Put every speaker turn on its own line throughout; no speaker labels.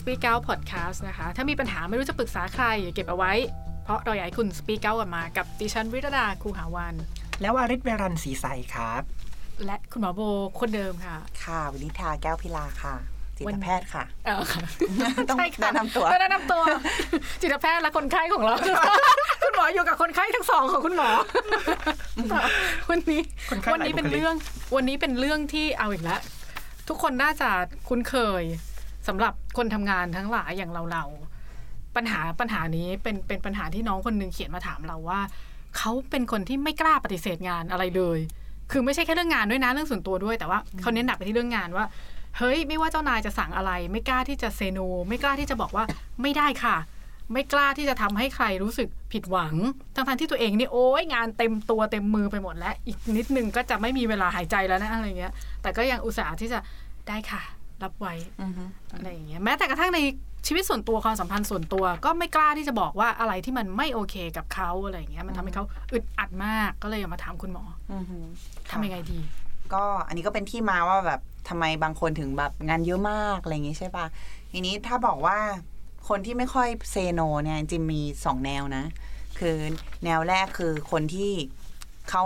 Speak Out Podcast นะคะ ถ้ามีปัญหาไม่รู้จะปรึกษาใครอย่าเก็บเอาไว้ เพราะเราอยากให้คุณ Speak Out กันมา กับดิฉันวิรดาคูหาวัน
แล้วอาริศเวรันศรีใสครับ
และคุณหมอโบคนเดิมค่ะ
ค่ะวินิธาแก้วพิลาค่ะจิ
วั
ต
น
แพทย์ค่ะ
เออค่ะ
ต้อง
ใช่ค่
แนะนำตัว
ต้องแนะนำตัว จิตแพทย์และคนไข้ของเรา คุณหมออยู่กับคนไข้ทั้งสองของคุณห มอ วันนี้
คนไข้
วันนี้
หลายบุคลิ
เป็น
ก
เรื่อง วันนี้เป็นเรื่องที่เอาอีกแล้วทุกคนน่าจะคุ้นเคยสำหรับคนทำงานทั้งหลายอย่างเราเราๆปัญหาปัญหานี้เป็นเป็นปัญหาที่น้องคนหนึงเขียนมาถามเราว่า เขาเป็นคนที่ไม่กล้าปฏิเสธงานอะไรเลย คือไม่ใช่แค่เรื่องงานด้วยนะเรื่องส่วนตัวด้วยแต่ว่าเขาเน้นหนักไปที่เรื่องงานว่า เฮ้ยไม่ว่าเจ้านายจะสั่งอะไร ไม่กล้าที่จะเซโน ไม่กล้าที่จะบอกว่า ไม่ได้ค่ะ ไม่กล้าที่จะทำให้ใครรู้สึกผิดหวังทั้งทที่ตัวเองนี่โอ้ยงานเต็มตัวเต็มมือไปหมดแล้วอีกนิดนึงก็จะไม่มีเวลาหายใจแล้วนะอะไรเงี้ย แต่ก็ยังอุตส่าห์ที่จะได้ค่ะ รับไว้
อือฮึ
อะไรอย่างเงี้ยแม้แต่กระทั่งในชีวิตส่วนตัวความสัมพันธ์ส่วนตัว ก็ไม่กล้าที่จะบอกว่าอะไรที่มันไม่โอเคกับเขาอะไรอย่างเงี้ยมันทำให้เขาอึดอัดมากก็เลยอยากมาถามคุณหมอ
อือฮึ
ทำยังไงดี
ก็อันนี้ก็เป็นที่มาว่าแบบทำไมบางคนถึงแบบงานเยอะมากอะไรอย่างงี้ใช่ปะทีนี้ถ้าบอกว่าคนที่ไม่ค่อยเซโนเนี่ยจริงๆมีสองแนวนะ คือแนวแรกคือคนที่เขา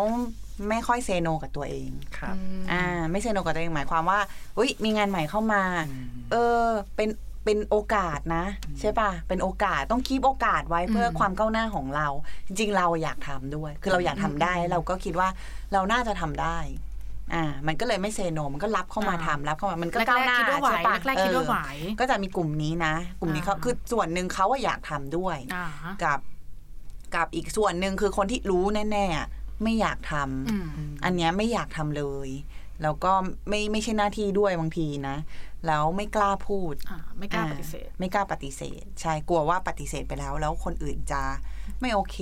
ไม่ค่อยเซโนกับตัวเอง
ครับ
อ่า ไม่เซโนกับตัวเองหมายความว่าอุ้ยมีงานใหม่เข้ามา เออเป็นเป็นโอกาสนะ ใช่ป่ะ เป็นโอกาสต้องคีบโอกาสไว้เพื่อ
ม
ความก้าวหน้าของเรา จริงๆ เราอยากทำด้วย คือเราอยากทำได้เราก็คิดว่าเราน่าจะทำได้ อ่า มันก็เลยไม่เซโนมันก็รับเข้ามาทำรับเข้ามามันก็ก้าวหน้า
แรๆคิดว่าไหว
ใช่ป่ะ
แรกๆคิดว่าไหว
เออก็จะมีกลุ่มนี้นะ กลุ่มนี้เขา
อ่า
คือส่วนหนึ่งเขาว่าอยากทำด้วย
อ่า
กับกับอีกส่วนหนึ่งคือคนที่รู้แน่ๆอะไม่อยากทำ
อืม
อันเนี้ยไม่อยากทำเลย แล้วก็ไม่ไม่ใช่หน้าที่ด้วยบางทีนะ แล้วไม่กล้าพูด
อ่าไม่กล้า
อ่
ปฏิเสธ
ไม่กล้าปฏิเสธ ใช่ กลัวว่าปฏิเสธไปแล้ว แล้วคนอื่นจะไม่โอเค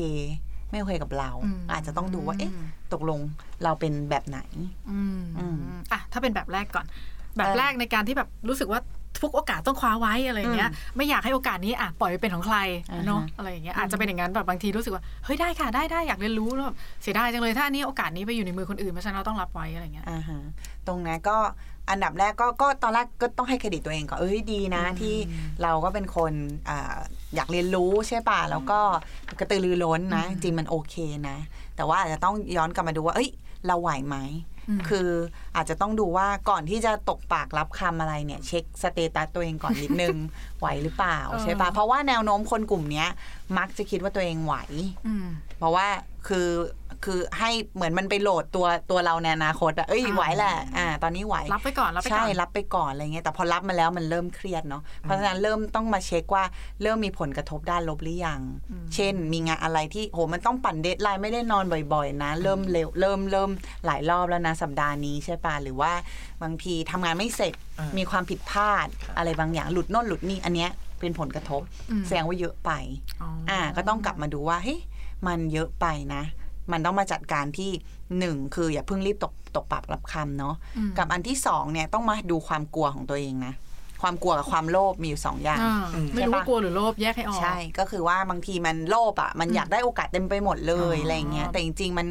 ไม่โอเคกับเรา
อืม
อาจจะต้องดูว่า เอ๊ะ ตกลงเราเป็นแบบไหน
อืม
อืม
อ่ะถ้าเป็นแบบแรกก่อน แบบ
เออ
แรกในการที่แบบรู้สึกว่าทุกโอกาสต้องคว้าไว้อะไรอย่างเงี้ย ไม่อยากให้โอกาสนี้อ่ะปล่อยไปเป็นของใคร
อ่าฮะ
เนาะอะไรอย่างเงี้ยอาจจะเป็นอย่างนั้นแบบบางทีรู้สึกว่าเฮ้ยได้ค่ะได้ได้อยากเรียนรู้แล้วแบบเสียดายจังเลยถ้าอันนี้โอกาสนี้ไปอยู่ในมือคนอื่นเพราะฉะนั้นเราต้องรับไว้อะไรอย่างเงี้ย
อ่าฮะตรงนั้นก็อันดับแรกก็ก็ตอนแรกก็ต้องให้เครดิตตัวเองก่อนเอ้ยดีนะที่เราก็เป็นคนอาอยากเรียนรู้ใช่ป่ะแล้วก็กระตือรือร้นนะ
อืม
จริงมันโอเคนะ แต่ว่าอาจจะต้องย้อนกลับมาดูว่า เอ้ย เราไหวไหม
อืม
คืออาจจะต้องดูว่าก่อนที่จะตกปากรับคำอะไรเนี่ย เช็คสเตตัสตัวเองก่อนนิด นึง ไหวหรือเปล่าใช่ป่ะเพราะว่าแนวโน้มคนกลุ่มเนี้ย มักจะคิดว่าตัวเองไหว
อืม
เพราะว่าคือคือให้เหมือนมันไปโหลดตัวตัวเราในอนาคตอะเอ้ย
อ่า
ไหวแหละอ่า ตอนนี้ไหว
รับไปก่อนรับไปก่
ใช่
อน
รับไปก่อนอะไรเงี้ยแต่พอรับมาแล้วมันเริ่มเครียดเนาะเพราะฉะนั้นเริ่มต้องมาเช็คว่าเริ่มมีผลกระทบด้านลบหรือยัง เช่น มีงานอะไรที่โหมันต้องปั่นเดทไลน์ไม่ได้นอนบ่อย ๆ นะ เริ่มเร็วเริ่มเริ่มหลายรอบแล้วนะสัปดาห์นี้ใช่ป่ะหรือว่าบางทีทำงานไม่เสร็จ
อ่ามี
มีความผิดพลาดอะไรบางอย่างหลุดโน่นหลุดนี่อันเนี้ยเป็นผลกระทบ
อืม
แสดงว่าเยอะไป
อ๋ออ
อ่าก็ต้องกลับมาดูว่าเฮ้ยมันเยอะไปนะ มันต้องมาจัดการที่หนึ่งคืออย่าเพิ่งรีบตกตกปากรับคำเนาะ
อืม
กับอันที่สองเนี่ยต้องมาดูความกลัวของตัวเองนะ ความกลัวกับความโลภมีอยู่สองอย่าง
อ่าไม่รู้
ใช่
ว่า
ปะ
กลัวหรือโลภแยกให้ออก
ใช่ก็คือว่าบางทีมันโลภอ่ะมันอยากได้โอกาสเต็มไปหมดเลย
อ๋ออ
อะไรอย่างเงี้ยแต่จริงๆมัน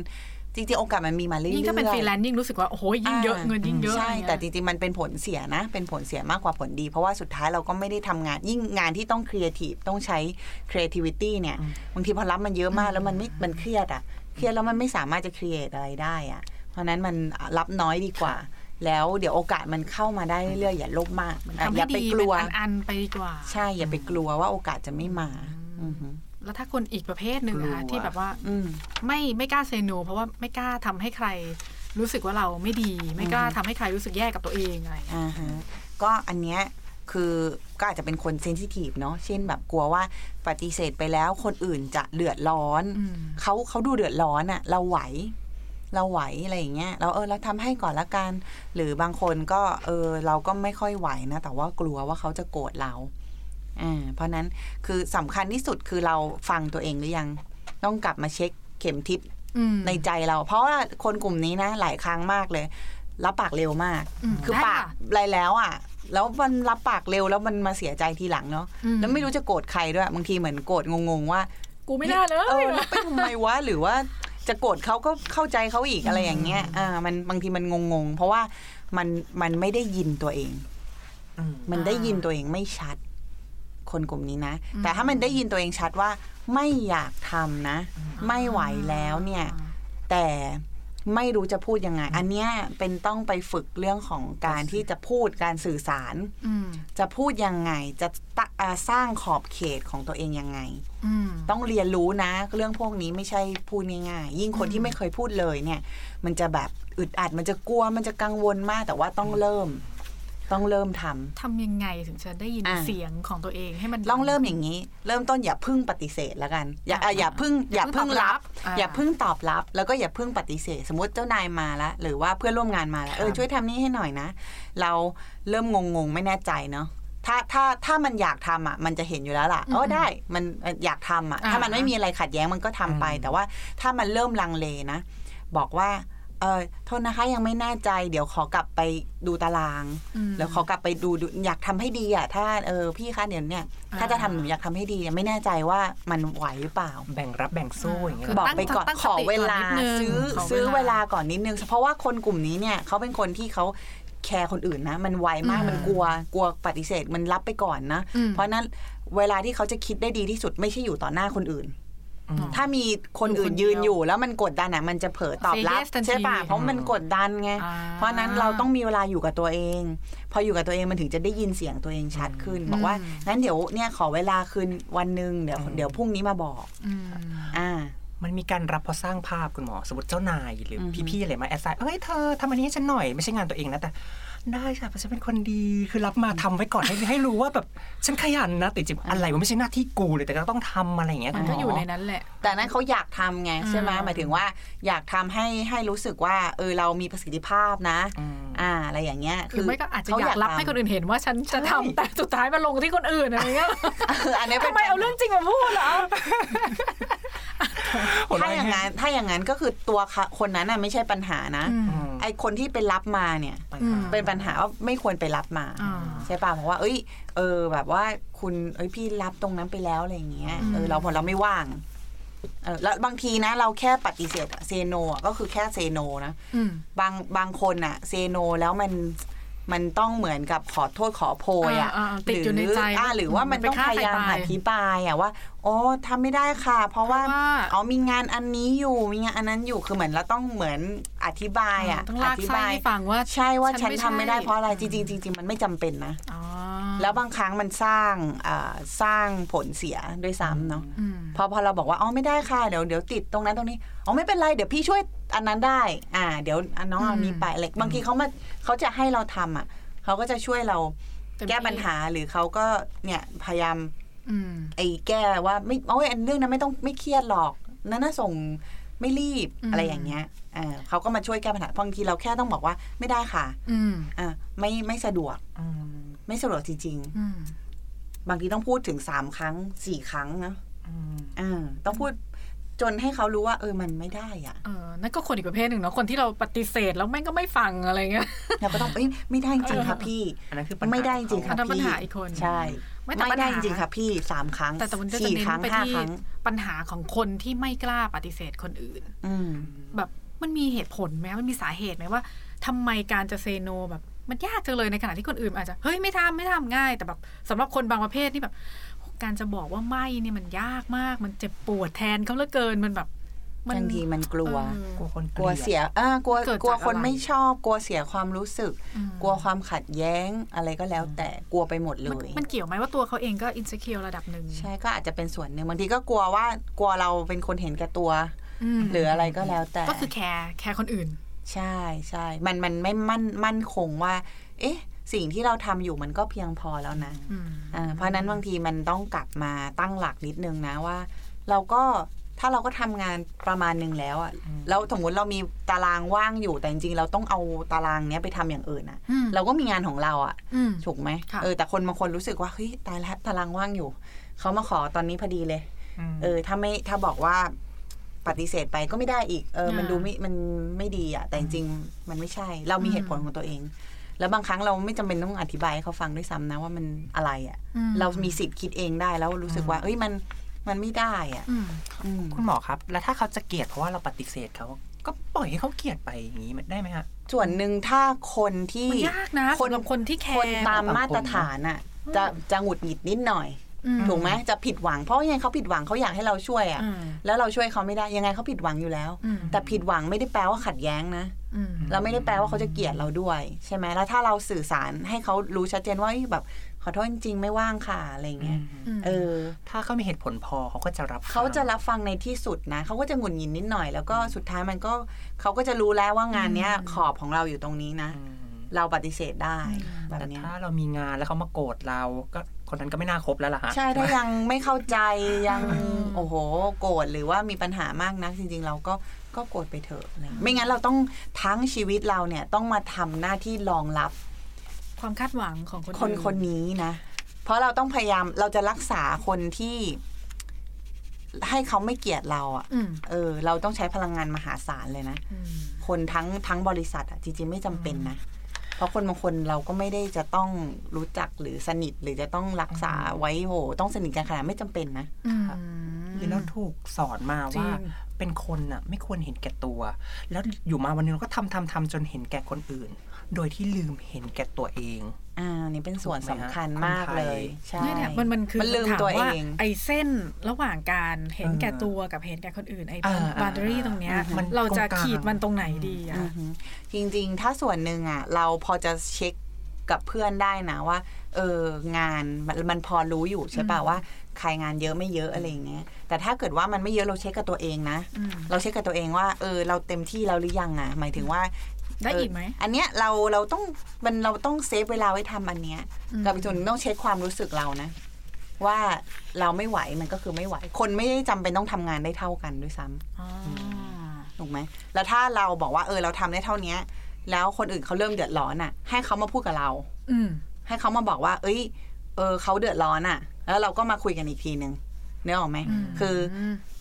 จริงๆโอกาสมันมีมาเรื่อยๆ
ยิ่งถ้าเป็นฟรีแลนซ์ยิ่งรู้สึกว่าโอ้โหยิ่งเยอะ
อ่า
เงินยิ่งเยอะ
ใช่
อะไรเงี้ย
แต่จริงๆมันเป็นผลเสียนะ เป็นผลเสียมากกว่าผลดี เพราะว่าสุดท้ายเราก็ไม่ได้ทำงาน ยิ่งงานที่ต้องครีเอทีฟต้องใช้ creativity เนี่ยบางทีพอรับมันเยอะมากแล้วมันไม่มันเครียดอะเครียดแล้วมันไม่สามารถจะ create อะไรได้อะเพราะฉะนั้นมันรับน้อยดีกว่า แล้วเดี๋ยวโอกาสมันเข้ามาได้เรื่อยๆอย่าลบมาก
มัน
อ่ะ
ทำ
อ
ให้
ย่าไป
ดี
ก
เป็
ลั
น
ว
อันๆไปดีกว่า
ใช่อย่าไปกลัวว่าโอกาสจะไม่มาอือฮึ
แล้วถ้าคนอีกประเภทหนึ่งอะค่ะ
กลัว
ที่แบบว่า
อืม
ไม่ไม่กล้าเซโนเพราะว่าไม่กล้าทำให้ใครรู้สึกว่าเราไม่ดี ไม่กล้าทำให้ใครรู้สึกแย่กับตัวเองอะไรอย่างเงี้ย
อ่าฮะก็อันเนี้ยคือก็อาจจะเป็นคนเซนซิทีฟเนาะเช่นแบบกลัวว่าปฏิเสธไปแล้วคนอื่นจะเดือดร้อน
อืม
เขาเขาดูเดือดร้อนอะเราไหว เราไหวอะไรอย่างเงี้ยเราเออเราทำให้ก่อนละกัน หรือบางคนก็เออเราก็ไม่ค่อยไหวนะ แต่ว่ากลัวว่าเขาจะโกรธเราอ่าเพราะนั้นคือสำคัญที่สุดคือเราฟังตัวเองหรือยัง ต้องกลับมาเช็คเข็มทิศ
อืม
ในใจเรา เพราะว่าคนกลุ่มนี้นะ หลายครั้งมากเลย รับปากเร็วมาก
อืม
คือ
ได้
ปาก
ค่ะ
อะไรแล้วอ่ะ แล้วมันรับปากเร็วแล้วมันมาเสียใจทีหลังเนาะ
อืม
แล้วไม่รู้จะโกรธใครด้วยบางทีเหมือนโกรธงงๆว่า
กูไม่น่าเลย
เออแล้วไปทำไมวะ หรือว่าจะโกรธเขาก็เข้าใจเขาอีกอะไรอย่างเงี้ยอ่ามันบางทีมันงงๆ เพราะว่ามันมันไม่ได้ยินตัวเอง
อืม
มันได้ยิน
อ่า
ตัวเองไม่ชัด คนกลุ่มนี้นะ แต่ถ้ามันได้ยินตัวเองชัดว่าไม่อยากทำนะ ไม่ไหวแล้วเนี่ย แต่ไม่รู้จะพูดยังไง อันเนี้ยเป็นต้องไปฝึกเรื่องของการที่จะพูดการสื่อสาร
อืม
จะพูดยังไงจะตะอ่าสร้างขอบเขตของตัวเองยังไง
อืม
ต้องเรียนรู้นะ เรื่องพวกนี้ไม่ใช่พูดง่ายๆ ยิ่งคนที่ไม่เคยพูดเลยเนี่ย มันจะแบบอึดอัดมันจะกลัวมันจะกังวลมากแต่ว่าต้องเริ่ม ต้องเริ่มทำ
ทำยังไงถึงจะได้ยิน
อ่ะ
เสียงของตัวเองให้มัน
ลองเริ่มอย่างนี้ เริ่มต้นอย่าพึ่งปฏิเสธแล้วกัน อย่าอ่ะ
อ่า
อย่าพึ่งอย่
อา
ย่า
เพิ่
พึ่
ง
ง
ตอบรั
รั
บบ อ่า
อย่าพึ่งตอบรับ แล้วก็อย่าพึ่งปฏิเสธ สมมติเจ้านายมาละหรือว่าเพื่อนร่วมงานมาละเอ
ค
อ
รับ
ช่วยทำนี่ให้หน่อยนะ เราเริ่มงงๆ ไม่แน่ใจเนาะถ้าถ้าถ้ามันอยากทำอ่ะ มันจะเห็นอยู่แล้วล่ะเออได้มันอยากทำอ่ะ ถ้ามันไม่มีอะไรขัดแย้งมันก็ทำไป แต่ว่าถ้ามันเริ่มลังเลนะ บอกว่าเออโทษนะคะยังไม่แน่ใจ เดี๋ยวขอกลับไปดูตาราง
อืม
แล้วขอกลับไปดูดูอยากทำให้ดีอ่ะ ถ้าเออพี่คะเดี๋ยวเนี่ย
อ่า
ถ้าจะทำหนูอยากทำให้ดีเนี่ยไม่แน่ใจว่ามันไหวหรือเปล่า
แบ่งรับแบ่งสู้อย่าง
คื
เงี้ย
อ
หรอ
บอกไปก่อน
ตั้ง
ขอเวลา
ตั้งสติก่อนนิดนึง
ซื้อ
ขอเวลา
ซื้อเวลาก่อนนิดนึง เพราะว่าคนกลุ่มนี้เนี่ยเขาเป็นคนที่เขาแคร์คนอื่นนะ มันไวมาก
อืม
มันกลัวกลัวปฏิเสธมันรับไปก่อนนะ
อืม
เพราะนั้นเวลาที่เขาจะคิดได้ดีที่สุดไม่ใช่อยู่ต่อหน้าคนอื่น
อืม
ถ้ามีคนอื่นยืนอยู่แล้วมันกดดันอ่ะมันจะเผลอตอบรับ
Say yes ทันที
ใช่ป่ะเพราะมันกดดันไง
อ่า
เพราะนั้นเราต้องมีเวลาอยู่กับตัวเอง พออยู่กับตัวเองมันถึงจะได้ยินเสียงตัวเองชัดขึ้น
อืม
บอกว่างั้นเดี๋ยวเนี่ยขอเวลาคืนวันหนึ่งเดี๋ยวเดี๋ยวพรุ่งนี้มาบอก
อืม
อ่า
มันมีการรับเพอสร้างภาพคุณหมอ สมมติเจ้านายหรือ
อือฮึ
พี่ๆอะไรมาแอดไซน์เอ้ยเธอทำอันนี้ให้ฉันหน่อยไม่ใช่งานตัวเองนะแต่ ได้ค่ะฉันเป็นคนดีคือรับมาทำไว้ก่อนให้ให้รู้ว่าแบบฉันขยันนะแต่จริงๆอะไรวะไม่ใช่หน้าที่กูเลยแต่ก็ต้องทำอะไรอย่างเงี้ย
มัน
คุณหม
ก็
อ
อยู่ในนั้นแหละ
แต่นั้นเขาอยากทำไงใช่ไหม
อืม
หมายถึงว่าอยากทำให้ให้รู้สึกว่าเออเรามีประสิทธิภาพนะ
อืม
อ่า อะไรอย่างเงี้ย
หรือไม่ก็อาจจะอยากรับให้คน
อื่น
อื่นเห็นว่าฉันจะทำ
ใช่
แต่สุดท้ายมาลงที่คนอื่นอะไรเงี้ย
อันนี้ป็
ทำ
น
ไมเอาเรื่องจริงมาพูดเหรอ
ถ้าอย่างนั้นถ้าอย่างนั้นก็คือตัวเขาคนนั้นน่ะไม่ใช่ปัญหานะ
อืม
อืม
ไอคนที่ไปรับมาเนี่ย
ไป
อื
ค่ะ
ม
เป็นปัญหาว่าไม่ควรไปรับมา
อ่า
ใช่ป่ะเพราะว่า เอ้ยเออ แบบว่าคุณเอ้ยพี่รับตรงนั้นไปแล้วอะไรอย่างเงี้ย
อืม
เออเราพอเราไม่ว่างเออแล้วบางทีนะ เราแค่ปฏิเสธเซโนก็คือแค่เซโนนะ
อืม
บางบางคนอะเซโนแล้วมันมันต้องเหมือนกับขอโทษขอโพยอะ
อ่าอ่าติดอยู่ในใจ
หรือ่าหรือว่ามัน
ไป
ต้อง
ฆ่า
พ
ใคร
ยายาม
ตา
อย ธิบายอะว่าโอ้ทำไม่ได้ค่ะ เพราะว่า
เพราะว่า
เอามีงานอันนี้อยู่มีงานอันนั้นอยู่คือเหมือนเราต้องเหมือนอธิบายอะ
ต้องลาก
ธิ
ไส้
บาย
ให้ฟังว่า
ใช่ว่า
ฉั
ฉั
น
น
ไม่
ทำไม่ได้
ใช่
เพราะอะไรจริงๆจริงๆมันไม่จำเป็นนะ
อ๋อ
แล้วบางครั้งมันสร้างอ่าสร้างผลเสียด้วยซ้ำเนาะ
อืม
พอพอเราบอกว่าอ๋อไม่ได้ค่ะเดี๋ยวเดี๋ยวติดตรงนั้นตรงนี้อ๋อไม่เป็นไรเดี๋ยวพี่ช่วยอันนั้นได้ อ่า เดี๋ยวอ่ะน้องเอา
อืม
นี้ไปอะไรบางทีเขามาเขาจะให้เราทำอ่ะเขาก็จะช่วยเรา
เต็มที่
แก้ปัญหาหรือเขาก็เนี่ยพยายาม
อืม
ไอ้แก้ว่าไม่โอ้ยอันเรื่องนั้นไม่ต้องไม่เครียดหรอกนั่นน่ะส่งไม่รีบ
อืม
อะไรอย่างเงี้ยอ่าเขาก็มาช่วยแก้ปัญหาบางทีเราแค่ต้องบอกว่าไม่ได้ค่ะ
อืม
อ่าไม่ไม่สะดวกไม่สะดวกจริง ๆ
อืม
บางทีต้องพูดถึงสามครั้งสี่ครั้งนะอ่าต้องพูดจนให้เขารู้ว่า เออมันไม่ได้อ่ะ
เออนั่นก็คนอีกประเภทหนึ่งเนาะ คนที่เราปฏิเสธแล้วแม่งก็ไม่ฟังอะไรเงี้ย
เราก็ต้องเอ้ยไม่ได้จริงๆค่ะพี่
อันนั้นคือปัญหา
ไม่ได้จริงๆ
อั
ค่ะ
นนั้นปัญ
พี่
หาอีกคน
ใช่
ไม่
ไม่
แต่ปัญหา
ได้จริงๆค่ะพี่สามครั้ง
แต่แต่มันก็จะ
สี่
เน้
ครั้ง
นไป
ห้า
ที่
ครั้ง
ปัญหาของคนที่ไม่กล้าปฏิเสธคนอื่น
อืม
แบบมันมีเหตุผลไหมมันมีสาเหตุไหมว่าทำไมการจะเซโนแบบ มันยากจังเลยในขณะที่คนอื่นอาจจะเฮ้ยไม่ทำไม่ทำง่าย แต่แบบสำหรับคนบางประเภทนี่แบบ การจะบอกว่าไม่เนี่ยมันยากมาก มันเจ็บปวดแทนเขาเหลือเกินมันแบบ
บางทีมันกลัว
เออ
กลัวคน
กลัวเสียอ่ากลัว
เกิดจาก
กลัวคน
อะไร
ไม่ชอบกลัวเสียความรู้สึก
อืม
กลัวความขัดแย้งอะไรก็แล้ว แต่กลัวไปหมดเล
มัน
ย
มันเกี่ยวไหมว่าตัวเขาเองก็อินสเคียวระดับหนึ่ง
ใช่ก็อาจจะเป็นส่วนหนึ่งบางทีก็กลัวว่ากลัวเราเป็นคนเห็นแก่ตัว
อืม
หรืออะไรก็แล้วแต่
ก็คือแคร์แคร์คนอื่น
ใช่ใช่มันมันไม่มั่นมั่นคงว่า เอ๊ะ สิ่งที่เราทำอยู่มันก็เพียงพอแล้วนะ
อืม
อ่าเพราะฉะนั้นบางทีมันต้องกลับมาตั้งหลักนิดนึงนะว่า เราก็ถ้าเราก็ทำงานประมาณหนึ่งแล้วอะแล้วสมมติเรามีตารางว่างอยู่แต่จริงๆเราต้องเอาตารางเนี้ยไปทำอย่างอื่นอะ
อืม
เราก็มีงานของเราอะ
อืม
ถูกไหม
ค่ะ
เออแต่คนบางคนรู้สึกว่าเฮ้ยตายแล้วตารางว่างอยู่เขามาขอตอนนี้พอดีเลย
ม
เออถ้าไม่ถ้าบอกว่าปฏิเสธไปก็ไม่ได้อีกเออมัน
อ่า
ดูไม่มันไม่ดีอ่ะ แต่จริงๆมันไม่ใช่ เรามีเหตุผลของตัวเอง แล้วบางครั้งเราไม่จำเป็นต้องอธิบายให้เขาฟังด้วยซ้ำนะว่ามันอะไรอ่ะ
อืม
เรามีสิทธิ์คิดเองได้แล้วรู้สึกว่า เอ้ยมันมันไม่ได้อ่ะ
อืม
อืม
คุณหมอครับ แล้วถ้าเขาจะเกลียดเพราะว่าเราปฏิเสธเขา ก็ปล่อยให้เขาเกลียดไปอย่างนี้มันได้ไหมฮะ
ส่วนหนึ่งถ้าคนที่
มันยากนะสำหรับคนที่แคร์
คนตามมาตรฐานอ่ะ จะจะหงุดหงิดนิดหน่อย
อืม
ถูกไหมจะผิดหวังเพราะยังไงเขาผิดหวังเขาอยากให้เราช่วยอะ
อืม
แล้วเราช่วยเขาไม่ได้ยังไงเขาผิดหวังอยู่แล้ว
อืม
แต่ผิดหวังไม่ได้แปลว่าขัดแย้งนะ
อืม
เราไม่ได้แปลว่าเขาจะเกลียดเราด้วย ใช่ไหมแล้วถ้าเราสื่อสารให้เขารู้ชัดเจนว่าเอ้ยแบบ ขอโทษจริงๆไม่ว่างค่ะอะไรเงี้ยเออ
ถ้าเขามีเหตุผลพอเขาก็จะรับฟัง
เขาจะรับฟังในที่สุดนะ เขาก็จะหงุดหงิดนิดหน่อย แล้วก็สุดท้ายมันก็เขาก็จะรู้แล้วว่างานเนี้ย
อืม
ขอบของเราอยู่ตรงนี้นะ
อืม
เราปฏิเสธได้แบบ
แต่
เนี้ย
ถ้าเรามีงานแล้วเขามาโกรธเราก็คนนั้นก็ไม่น่าคบแล้วล่ะฮะ
ใช่ถ้ายังไม่เข้าใจยัง
อืม
โอ้โห โกรธหรือว่ามีปัญหามากนักจริง ๆ เราก็ก็โกรธไปเถอะอะไรอย่างเงี้ยไม่งั้นเราต้องทั้งชีวิตเราเนี่ยต้องมาทำหน้าที่รองรับ
ความคาดหวังของคน
คน
อื่
คนนี้นะ เพราะเราต้องพยายามเราจะรักษาคนที่ให้เขาไม่เกลียดเราอะ่ะ
อืม
เออ เราต้องใช้พลังงานมหาศาลเลยนะ
อืม
คนทั้งทั้งบริษัทอะ่ะจริงๆไม่จำเป็นนะ เพราะคนบางคนเราก็ไม่ได้จะต้องรู้จักหรือสนิทหรือจะต้องรักษาไว้โห ต้องสนิทกันขนาดไม่จำเป็นนะ
อืม
คือเราถูกสอนมาว่า
จริง
เป็นคนน่ะ ไม่ควรเห็นแก่ตัว แล้วอยู่มาวันหนึงเราก็ทำทำทำจนเห็นแก่คนอื่น โดยที่ลืมเห็นแก่ตัวเอง
อ่า นี่เป็นส่วนสำคัญมากเลย ใช่
เนี่ยเนี่ยมันมันคือ
มันลืม
คำถาม
ตัวเอ
ว่าง ไอ้เส้นระหว่างการเห็น
เออ
แก่ตัวกับเห็นแก่คนอื่นไอ้
อ่า
บาร์เดอรี่ตรงเนี้ย
อืมมัน
เราจะ
ตรงกลาง
ขีดมันตรงไหนดีอ่ะ
อือฮึจริงๆ ถ้าส่วนหนึ่งอ่ะ เราพอจะเช็คกับเพื่อนได้นะว่า เอองานมันมันพอรู้อยู่ใช่ป่ะ
อืม
ว่าใครงานเยอะไม่เยอะอะไรอย่างเงี้ยแต่ถ้าเกิดว่ามันไม่เยอะเราเช็คกับตัวเองนะ
อืม
เราเช็คกับตัวเองว่าเออเราเต็มที่แล้วหรือยังอ่ะ หมายถึงว่า
ได้
เอออี
อีกไหม
อันเนี้ยเราเราต้องมันเราต้องเซฟเวลาไว้ทำอันเนี้ย
อืม
กับอีกส่วนหนึ่งต้องเช็คความรู้สึกเรานะ ว่าเราไม่ไหวมันก็คือไม่ไหว คนไม่ได้จำเป็นต้องทำงานได้เท่ากันด้วยซ้ำ
อ๋อ
ถูกไหมแล้วถ้าเราบอกว่าเออเราทำได้เท่าเนี้ย แล้วคนอื่นเขาเริ่มเดือดร้อนอ่ะ ให้เขามาพูดกับเรา
อืม
ให้เขามาบอกว่า เอ้ย เออเขาเดือดร้อนอ่ะ แล้วเราก็มาคุยกันอีกทีหนึ่งเนื้อออกไหม
ม
คือ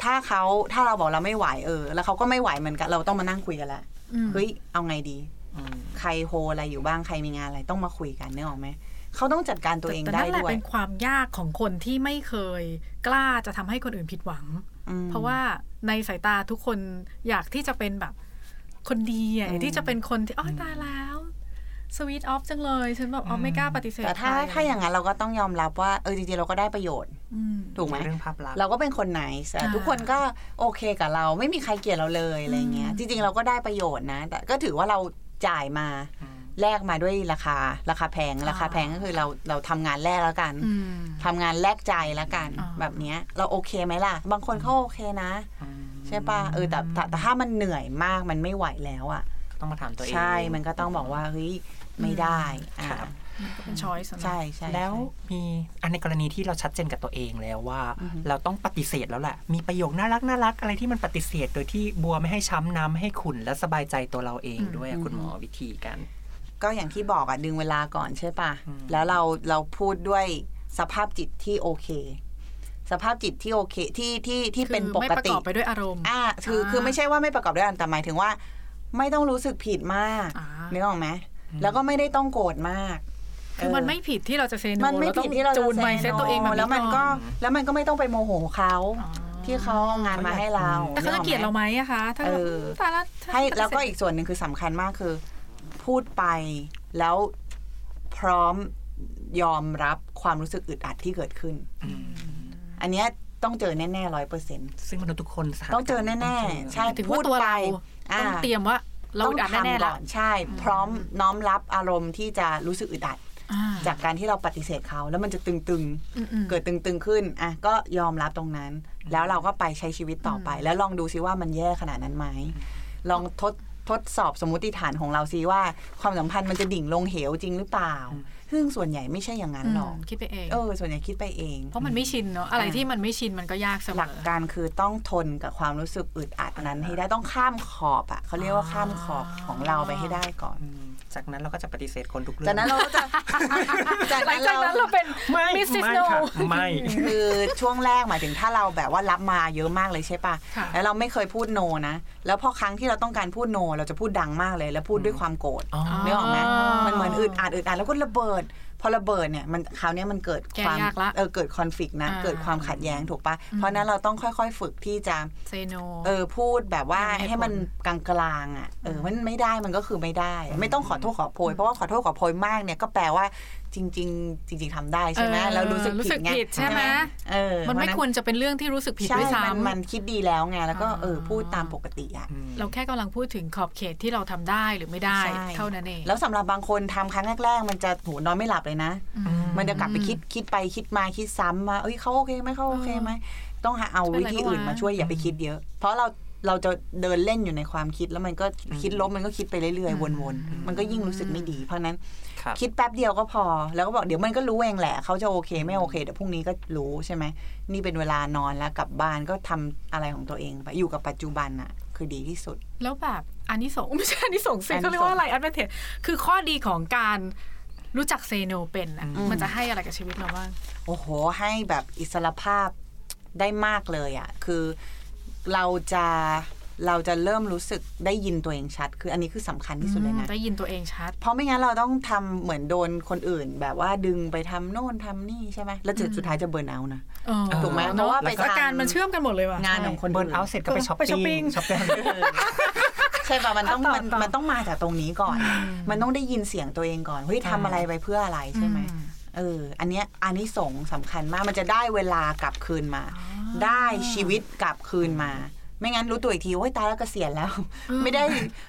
ถ้าเขาถ้าเราบอกเราไม่ไหวเออ แล้วเขาก็ไม่ไหวเหมือนกัน เราต้องมานั่งคุยกันละ
ม
เฮ้ยเอาไงดี
อืม
ใครโฮอะไรอยู่บ้างใครมีงานอะไรต้องมาคุยกันเนื้อออกไหมเขาต้องจัดการตัวเอง
แต่
ได้
นั่นแหละ
ด้วย
เป็นความยากของคนที่ไม่เคยกล้าจะทำให้คนอื่นผิดหวัง
อืม
เพราะว่าในสายตาทุกคนอยากที่จะเป็นแบบคนดีอ่ะ
อืม
ที่จะเป็นคนที่อ้อยตายแล้วสวีทออฟจังเลยฉันแบบอ๋ออ
ม
ไม่กล้าปฏิเสธ
แต่ถ้า
ใคร
ถ้าอย่างนั้นเราก็ต้องยอมรับว่าเออจริงๆเราก็ได้ประโยชน์
อืม
ถูกไหม
เรื่องภาพลักษณ์
เราก็เป็นคนไหนแต่
อ่า
ทุกคนก็โอเคกับเราไม่มีใครเกลียดเราเลยอะไรเงี้ย
อืม
จริงๆเราก็ได้ประโยชน์นะ แต่ก็ถือว่าเราจ่ายมา
อืม
แลกมาด้วยราคา ราคาแพงราคาแพงก็คือเราเราทำงานแลกแล้วกัน
อืม
ทำงานแลกใจแล้วกัน
อ่า
แบบเนี้ยเราโอเคไหมล่ะ บางคนเขาโอเคนะ ใช่ป่ะเออแต่แต่แต่ถ้ามันเหนื่อยมากมันไม่ไหวแล้วอ่ะ
ต้องมาถามตัวเอง
ใช่มันก็ต้องบอกว่าเฮ้ยไม่ได้อ่า
ครับ
ก็เป็นช้อยส์
ใช่ใช่
แล้วมีอันในกรณีที่เราชัดเจนกับตัวเองแล้วว่า เราต้องปฏิเสธแล้วแหละ มีประโยคน่ารักน่ารักอะไรที่มันปฏิเสธ โดยที่บัวไม่ให้ช้ำน้ำให้ขุนและสบายใจตัวเราเองด้วยอะคุณหมอวิธีการ
ก็อย่างที่บอกอ่ะดึงเวลาก่อนใช่ป่ะ
อืม
แล้วเราเราพูดด้วยสภาพจิตที่โอเค สภาพจิตที่โอเคที่ที่ที่เป็นป
ไม่
ก
ประ
ติ
กอบไปด้วยอารมณ์
อ่าคือ
อ่า
คือไม่ใช่ว่าไม่ประกอบด้วยกันแต่หมายถึงว่า ไม่ต้องรู้สึกผิดมาก
อ่า
นึกออกไหมแล้วก็ไม่ได้ต้องโกรธมาก
คือมันไม่ผิดที่เราจะเซโน
มันไม่ผิดที่เรา
จูนไมเซ็ตตัวเองแบบ
แล้วมันก็แล้วมันก็ไม่ต้องไปโมโหเขา
อ๋อ
ที่เขาเอางานมาให้เรา
แต่เขาจะเกลียดเรา
นึออไหม
ไหมอะคะถ้า
เออ
ตายแล้ว
ให้ แล้วก็อีกส่วนหนึ่งคือสำคัญมากคือ พูดไปแล้วพร้อมยอมรับความรู้สึกอึดอัดที่เกิดขึ้น อันเนี้ยต้องเจอแน่ๆร้อยเปอร์เซ็นต์
ซึ่งมนุษย์ทุกคนสถาน
ต้องเจอแน่
การณ์
ๆ
ต้
ใช่
หมายถึงว่าตัวเรา
อ่า
ต้องเตรียมว่าเรา
ต้อง
อัดแน่ๆ
ทำ
แล้
ก่
ว
อนใช่ พร้อมน้อมรับอารมณ์ที่จะรู้สึกอึดอัด จากการที่เราปฏิเสธเขาแล้วมันจะตึงๆ เกิดตึงๆขึ้นอ่ะก็ยอมรับตรงนั้น แล้วเราก็ไปใช้ชีวิตต่อไป แล้วลองดูซิว่ามันแย่ขนาดนั้นไหมลองทดทดสอบสมมติฐานของเราซิว่า ความสัมพันธ์มันจะดิ่งลงเหวจริงหรือเปล่า ซึ่งส่วนใหญ่ไม่ใช่อย่างนั้นหรอก
คิดไปเอง
เออส่วนใหญ่คิดไปเอง
เพราะมันไม่ชินเนาะอะไรที่มันไม่ชินมันก็ยากเสม
หลัก
อ
การคือต้องทนกับความรู้สึกอึดอัดนั้นให้ได้ต้องข้ามขอบอ่ะเขาเรียกว่าข้ามขอบของเราไปให้ได้ก่อน
อืมจากนั้นเราก็จะปฏิเสธคนทุกเรื่
จากนั้นเราก็ จะ
หลังจากนั้นเราเป็น
ไม่
มิสซิส
ไม่
โน
ค่ะไม่
คือช่วงแรกหมายถึงถ้าเราแบบว่ารับมาเยอะมากเลยใช่ปะ
ค่ะ
แล้วเราไม่เคยพูดโนนะ แล้วพอครั้งที่เราต้องการพูดโน เราจะพูดดังมากเลย แล้วพูดด้วยความโกรธ
อ๋อ
เนื้อออกไหมมันเหมือนอึดอัดอึดอัดแล้วก็ระเบิด พอระเบิดเนี่ยมันคราวเนี้ยมันเกิดความ
แก้ยากละ
เออเกิดคอนฟ lict นะ
อ่า
เกิดความขัดแย้งถูกปะเพราะฉะนั้นเราต้องค่อยๆ ฝึกที่จะ
เซโน
เออพูดแบบว่า
อย่างมีเหตุ
ให้มัน
ผ
กลางๆอ่ะเออมันไม่ได้มันก็คือไม่ได้ ไม่ต้องขอโทษขอโพยเพราะว่าขอโทษขอโพยมากเนี่ยก็แปลว่า จริง ๆ จริง ๆทำได้ใช่ไหม
เออ
เรารู้สึก
รู้
ผิ
สึ
ด
ก
ไง
ผิดใช่ไหม
เออ
มันไม่
เพาะฉะ
ควรจะเป็นเรื่องที่รู้สึกผิด
ใช่
ด้วย
มัน
ซ้ำ
มันคิดดีแล้วไงแล้วก็เออ
อ๋อ
พูดตามปกติอ่ะ
อืม
เราแค่กำลังพูดถึงขอบเขตที่เราทำได้หรือไม่ได้
ใช่
เท่านั้นเอง
แล้วสำหรับบางคนทำครั้งแรกๆ มันจะโหนอนไม่หลับเลยนะ
อื
มันจะกลับไปคิดคิดไปคิดมาคิดซ้ำว่าเอ้ยเขาโอเคไหมเขาโอเคไหมต้องหาเอาวิธีอื่นมาช่วยอย่าไปคิดเยอะ เพราะเราเราจะเดินเล่นอยู่ในความคิดแล้วมันก็
อืม
คิดลบมันก็คิดไปเรื่อยๆวน
อืม
ๆ มันก็ยิ่งรู้สึกไม่ดี เพราะฉะนั้น
ครับ
คิดแป๊บเดียวก็พอ แล้วก็บอกเดี๋ยวมันก็รู้เองแหละเขาจะโอเคไม่โอเคเดี๋ยวพรุ่งนี้ก็รู้ใช่ไหมนี่เป็นเวลานอนแล้วกลับบ้านก็ทำอะไรของตัวเองไปอยู่กับปัจจุบันน่ะคือดีที่สุด
แล้วแบบอันนี้สงส์ ไม่ใช่อันนี้สงส์สิ
อันนี้สงส์
เขาเรียกว่าอะไรอันเปเทนคือข้อดีของการรู้จักเซโนเป็นอะ
อืม
มันจะให้อะไรกับชีวิตเราบ้าง
โอ้โห ให้แบบอิสรภาพได้มากเลยอะ่ะ คือเราจะเราจะเริ่มรู้สึกได้ยินตัวเองชัด คืออันนี้คือสำคัญที่สุดเลยนะ
ได้ยินตัวเองชัด
เพราะไม่งั้นเราต้องทำเหมือนโดนคนอื่น แบบว่าดึงไปทำโน่นทำนี่ใช่ไหมแล้วจะ
อืม
สุดท้ายจะเบิร์นเอาท์นะ
เออ
ถูกไหม
อ
เพราะว่า
แล้
ไป
ก็
ทำ
การมันเชื่อมกันหมดเลยว่ะ
งานของคน
เบิร์น
อื่น
เอาท์เสร็จก็ไปช้อป
ไปช้อปปิ้
ปิ้ง
ง
ช้อปปิ้ง
ใช่ป่ะมันต้อง
ต่อ
มัน
ต่อ
มันต้องมาจากตรงนี้ก่อน มันต้องได้ยินเสียงตัวเองก่อนเฮ้ยทำอะไรไปเพื่ออะไรใช่ไหม
อืม
เออ อันเนี้ยอันนี้สงส์สำคัญมาก มันจะได้เวลากลับคืนมา ได้ชีวิตกลับคืนมา ไม่งั้นรู้ตัวอีกทีโอ้ยตายแล้วเกษียณแล้ว
อืม
ไม่ได้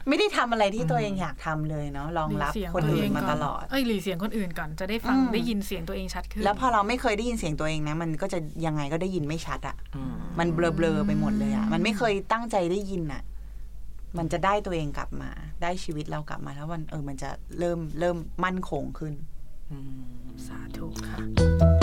ไม่ได้ทำอะไรที่ตัวเอง
อืม
อยากทำเลยเนาะรองรับ
หลีเสีย
คนอื่น
วเง
มา
ก่
ตลอด
เอ้ยหลีเสียงคนอื่นก่อนจะได้ฟัง
อืม
ได้ยินเสียงตัวเองชัดขึ้น
แล้วพอเราไม่เคยได้ยินเสียงตัวเองนะ มันก็จะยังไงก็ได้ยินไม่ชัดอะ
อืม
มันเบลอๆไปหมดเลยอะมันไม่เคยตั้งใจได้ยินอะมันจะได้ตัวเองกลับมา ได้ชีวิตเรากลับมาแล้วมันเออมันจะเริ่มเริ่มมั่นคงขึ้น
อืม
สาธุค่ะ